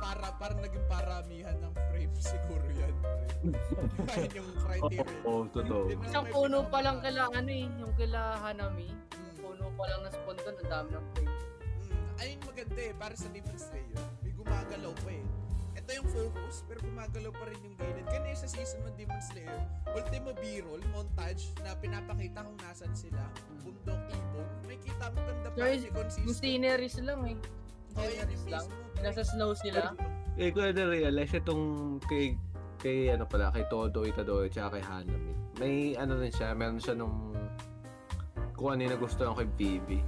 S1: para para naging paramihan ng frame siguro yan. pre. Ayun yung criteria.
S3: Oo, oh, totoo.
S1: Hindi na
S2: Isang
S1: may
S2: puno pa
S1: pinaka-
S2: lang kala ano eh, yung kala Hanami.
S1: Mm,
S2: Puno pa lang na spontan, ang dami ng frame.
S1: mm. Ayun maganda eh, para sa Demon Slayer. May gumagalaw pa eh. Ito yung focus, pero gumagalaw pa rin yung gilid. Kaya yung sa season ng Demon Slayer, ultimo B-roll, montage, na pinapakita kung nasan sila, bundok, ibon, may kita mo ganda pa
S2: Guys,
S1: rin consistent.
S2: Yung sceneries lang eh.
S1: Oh, yun yung
S2: Sceneries lang.
S1: mismo.
S2: Nasa snows nila.
S3: Eh, ko na-realize itong kay kay ano pala, kay Todo Itadori tsaka kay Hanami. May ano rin siya, meron siya nung kung ano yung nagustuhan kay Bibi.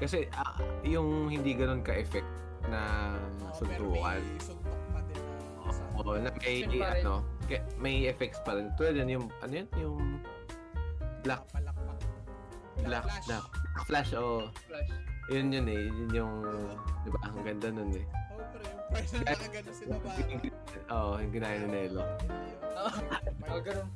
S3: Kasi ah, yung hindi ganun ka-effect na
S1: Oo, pero
S3: suntukan.
S1: may suntok pa din na
S3: Ah,
S1: sa...
S3: Oo, na may
S2: Yun pa rin.
S3: ano, ke- may effects pa rin. Tulad yan, yung ano yun, yung black
S1: Palakpak.
S3: black
S1: Flash.
S3: black, black flash oh.
S2: Flash.
S3: Yun yun eh, yun yung 'di ba? Ang ganda nun eh.
S1: Oo, Oh, pero yung part na nakagano sila ba?
S3: Oo, yung ginaya ni Nelo.
S2: Oh, ganun.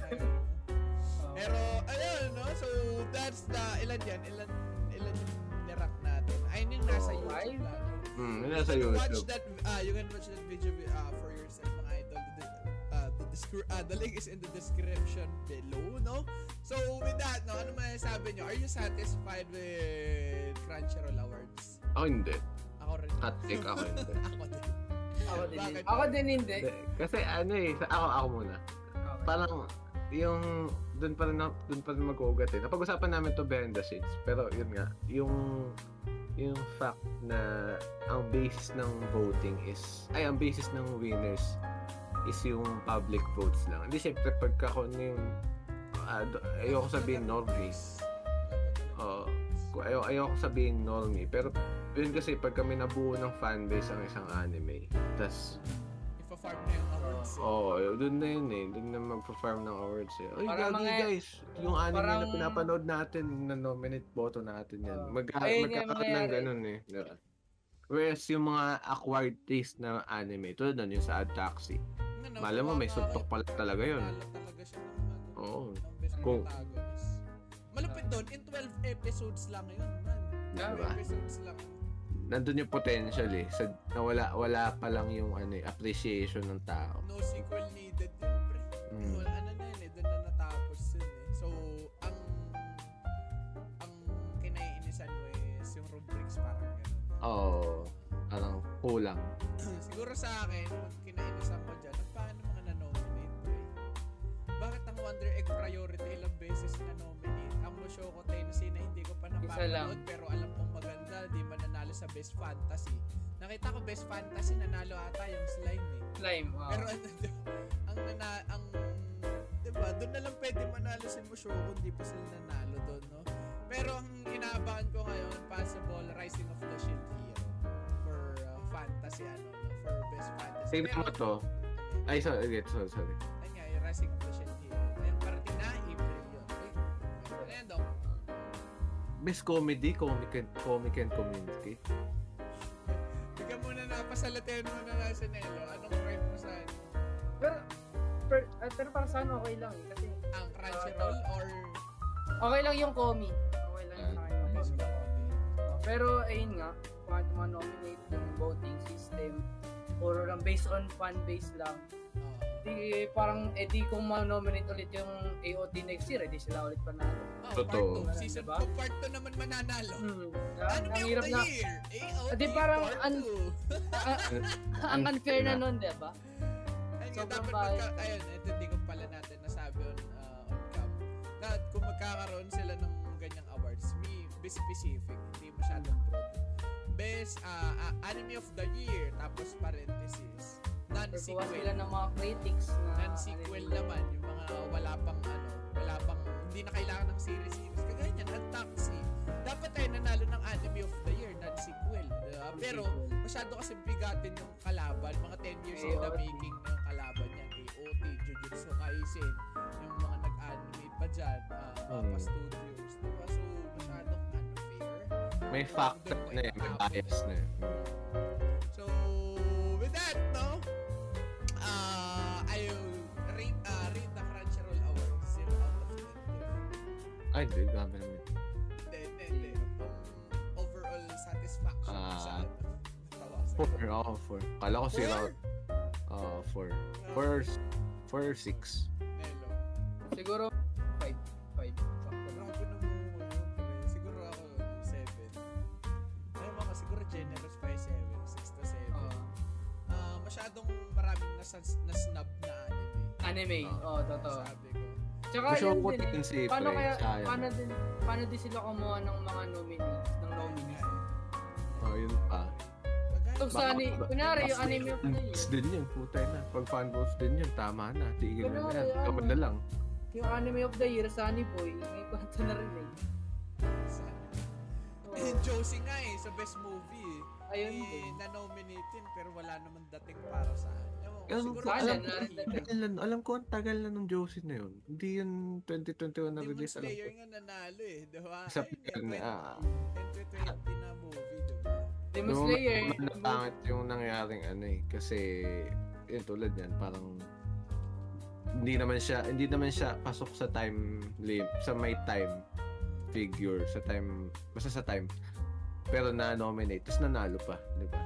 S2: Oh.
S1: Pero, ayun, no? So, that's the... Ilan yan? Ilan, ilan yung nirak natin? Ayun yung nasa
S2: Oh,
S1: YouTube
S2: ayun.
S1: lang.
S3: Hmm, yun
S1: You
S3: nasa
S1: can
S3: YouTube.
S1: Watch that, ah, you can watch that video ah, for yourself, mga idol. The, ah, the, descri- ah, the link is in the description below, no? So, with that, no, ano masasabi nyo? Are you satisfied with Crunchyroll Awards?
S3: Ako hindi.
S1: Ako rin.
S3: Hot take ako hindi.
S1: Ako din.
S2: Ako din.
S1: Bakit?
S2: Ako din hindi.
S3: Kasi ano eh, sa- ako, ako muna. Parang yung doon pa rin na- doon pa rin mag-uugat eh. Napag-usapan namin to behind the scenes, pero yun nga, yung yung fact na ang basis ng voting is ay ang basis ng winners is yung public votes lang. Hindi syempre pagka kung ano yung ah, do- ayoko sabihin eh. normie. Oo. Ku- Ayaw, ayoko sabihin normie. Pero yun kasi pag kami nabuo ng fanbase ang isang anime. tas
S1: If a farm na yung awards. eh.
S3: Oo, oh, doon na yun eh. Doon na mag-perform ng awards eh. Ay,
S2: Parang
S3: gagi
S2: mga-
S3: guys. Yung anime na
S2: parang-
S3: pinapanood natin, na nominate boto natin yan.
S2: Oo.
S3: Mag
S2: Ayun nga yung
S3: magkakaroon ng
S2: mangyayari.
S3: ganun eh. Diba? Whereas yung mga acquired taste na anime, tulad nun yung sa Ad Taxi.
S1: Ano,
S3: Malam mo, may
S1: mga-
S3: suntok pala talaga yun.
S1: Talo talaga siya ng ano.
S3: Oo.
S1: ng best
S3: Kung- Ah.
S1: protagonist. Malupit doon, in 12 episodes lang yun, man. 12
S3: Diba?
S1: episodes lang.
S3: Nandun yung potential eh. Sa, na wala, wala pa lang yung ano, eh, appreciation ng tao.
S1: No sequel needed yun, pre.
S3: Mm.
S1: Well, ano na yun eh, doon na natapos yun eh. So, ang ang kinaiinisan mo is yung rubrics parang ganun.
S3: Oh. Oo. parang kulang.
S1: Siguro sa akin, ang kinainisan ko dyan, ang paano mga na-nominate, pre? Bakit ang Wonder Egg Priority ilang beses na-nominate? Ang Mushoku Tensei na hindi ko pa napapanood,
S2: lang.
S1: pero alam kong maganda, di man nanalo sa Best Fantasy. Nakita ko Best Fantasy, nanalo ata yung slime eh.
S2: Slime. Oh.
S1: Pero ano, di ba, ang nana, ang, di ba, doon na lang pwede manalo si Mushoku, hindi pa sila nanalo doon, no? Pero ang inaabangan ko ngayon, possible Rising of the Shield Hero for uh, fantasy, ano, no? for best fantasy.
S3: Tignan mo to.
S1: Ay,
S3: Ay, sorry. okay, Sorry, sorry.
S1: ayun nga, yung Rising of the Shield Hero. Ayun, parating na April yun. Wait, ano yan, Dok?
S3: Best comedy, comic and, comic and community.
S1: Bigyan muna na, pasalatin mo na nga si Nelo. Anong crime mo sa
S2: Pero, per, ah, pero para sa akin okay lang eh. Kasi
S1: ang
S2: Okay lang yung Komi. Okay lang yung akin yung Komi. Ah, Pero ayun nga, kung ano man nominate ng voting system, puro lang based on fan base lang. Di, parang, eh di kung ma-nominate ulit yung AOT next year, eh di sila ulit panalo.
S1: Oh,
S3: Totoo.
S1: Part 2. Season
S2: Diba?
S1: 2, part 2 naman mananalo.
S2: Hmm.
S1: Ano
S2: ang
S1: ba yung
S2: hirap
S1: the
S2: na,
S1: year? AOT,
S2: Di parang
S1: part
S2: an-
S1: 2.
S2: ang unfair na nun, di ba?
S1: Ayun nga,
S2: Sobrang
S1: dapat
S2: bahay.
S1: magka... Ayun, ito hindi ko pala natin nasabi on, uh, on cam. Na kung magkakaroon sila ng ganyang awards, may be specific, hindi masyadong broad. Best ah, ah, Anime of the Year, tapos parenthesis.
S2: Nagkuha sila
S1: Non-sequel.
S2: ng mga critics na...
S1: Non-sequel naman, yung mga wala pang ano, wala pang, hindi na kailangan ng series series. Kaganyan, ang taxi. Dapat tayo nanalo ng Anime of the Year, non-sequel. Ah, pero, masyado kasi bigatin yung kalaban. Mga 10 years in the
S2: AOT.
S1: making ng kalaban yan. AOT, Jujutsu Kaisen, yung mga nag-anime pa dyan, ah, Mapa
S3: Mm.
S1: Studios, diba? So, masyadong unfair.
S3: May factor na yun, may bias na yun.
S1: So, with that, no? Ah, I rate, ah, rate the Crunchyroll Awards 0 out of 10.
S3: Ay, hindi. Grabe naman. yun.
S1: Hindi, hindi, hindi. Ang Overall satisfaction
S3: Ah.
S1: sa akin. Tawa sa
S3: Four. Oo, four. Kala ko zero.
S1: Four?
S3: Oo, four.
S1: Ah,
S3: Four, four, six.
S1: Nelo.
S2: Siguro, 5. 5.
S1: Grabe na mo. Siguro ako 7. Ayun ako, siguro generous by 7. 6 to 7.
S2: Ah.
S1: Ah, masyadong maraming nas- nasnub na anime.
S2: anime. Oo, oh, totoo.
S1: Sabi ko.
S2: Tsaka
S3: Gusto ko
S2: yun
S3: po
S2: din eh.
S3: din si
S2: Paano kaya,
S3: Fred. Sayang.
S2: paano din, paano din sila kumuha ng mga nominees, ng nominees?
S3: Oo, Oh, yun pa.
S1: Kagaya-
S2: Kung saan eh, kunwari yung anime of the
S3: Fanbots
S2: year,
S3: din yun, putay na. Pag fanbots din yun, tama na. Tigil na
S2: Kunwari,
S3: yan. Kamad na lang.
S2: yung anime of the year, Sunny Boy, may kwento na rin eh.
S1: Eh,
S2: Oo,
S1: Josie nga eh, sa best movie eh. Eh,
S2: ayun din.
S1: na-nominate yun, pero wala naman dating para sa akin. Ewan ko, eh.
S3: Alam
S1: siguro
S3: ko,
S1: kasi
S2: alam
S1: hindi.
S2: ko,
S1: Demon
S3: Tagal na- alam ko, ang tagal na nung Josie na yun. Hindi yun 2021 na release. Alam ko.
S1: Slayer nga nanalo eh, di ba?
S3: Sa
S1: Ayun
S3: pier na,
S1: nga,
S3: ah.
S1: 2020 na movie, di ba?
S2: Demon
S3: Yung
S2: Slayer,
S3: man- Manapangit yung nangyaring ano eh. Kasi, yun tulad yan, parang hindi naman siya hindi naman siya pasok sa time lim sa may time figure sa time basta sa time pero na nominate tapos nanalo pa di ba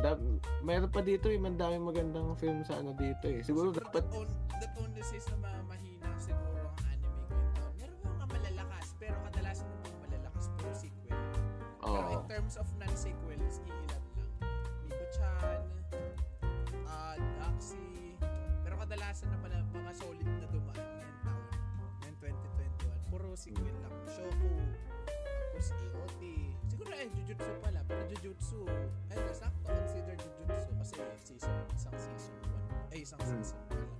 S3: Ang dam- meron pa dito eh mandami magandang film sa ano dito eh siguro dapat
S1: That, on, that only says na mga mahina siguro ang anime ngayon. Meron mga malalakas, pero kadalasan yung mga malalakas puro sequel. Pero in
S3: oh
S1: terms of non-sequels, iilan lang. Nico-chan, uh, Daxi, pero kadalasan naman ang mga solid na dumaan ngayong taon, ngayong 2021. Puro sequel lang. Shoku, tapos AOT. Siguro ay Jujutsu pala, pero Jujutsu, ay that's not to consider Jujutsu kasi season, isang season 1. Ay, isang
S3: Hmm.
S1: season pa lang.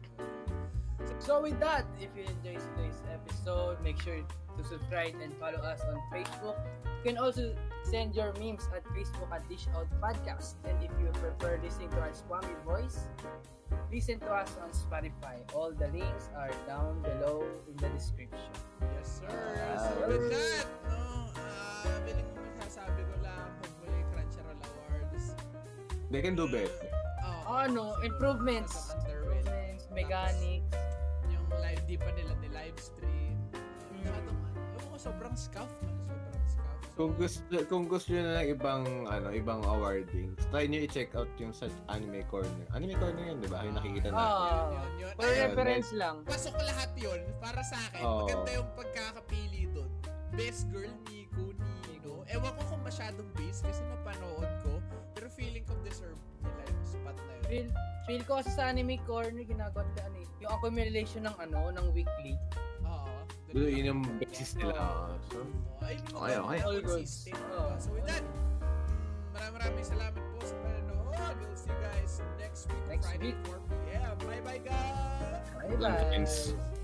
S2: So with that, if you enjoyed today's episode, make sure to subscribe and follow us on Facebook. You can also send your memes at Facebook at Dish Out Podcast. And if you prefer listening to our spammy voice, listen to us on Spotify. All the links are down below in the description.
S1: Yes, sir. So with that, no, ah, feeling ko masasabi ko lang, hopefully Crunchyroll Awards,
S3: they can do better
S1: Oh,
S2: Ano? Improvements. Improvements, mechanics.
S1: Yung live, di pa nila ni live stream.
S2: Mm.
S1: Masyadong, yung mga sobrang scuff man, sobrang scuff. So,
S3: Kung gusto kung gusto niyo na ng ibang ano, ibang awarding, try niyo i-check out yung sa Anime Corner. Anime Corner 'yan, 'di ba? Yung nakikita na.
S2: Ah,
S1: yun, yun,
S2: for
S1: yun. Ayun,
S2: reference lang.
S1: pasok ko lahat yun. Para sa akin,
S3: Oo.
S1: maganda yung pagkakapili doon. Best girl, Nico, Nino. Ewan ko kung masyadong base kasi napanood ko. Pero feeling ko deserve nila yung spot na yun.
S2: Feel, feel ko kasi sa anime corner, ginagawa nila ano eh, yung accumulation ng ano, ng weekly.
S1: Oo.
S3: Yun yun yung basis nila. Oo, So,
S1: Ay,
S3: Okay, okay.
S2: All good.
S1: consistent, diba? So with that, mm, maraming maraming salamat po sa panonood. We'll see you guys next week,
S2: Next
S1: Friday,
S2: week.
S1: 4 p.m. Bye-bye, guys!
S2: Bye-bye.
S3: Thanks.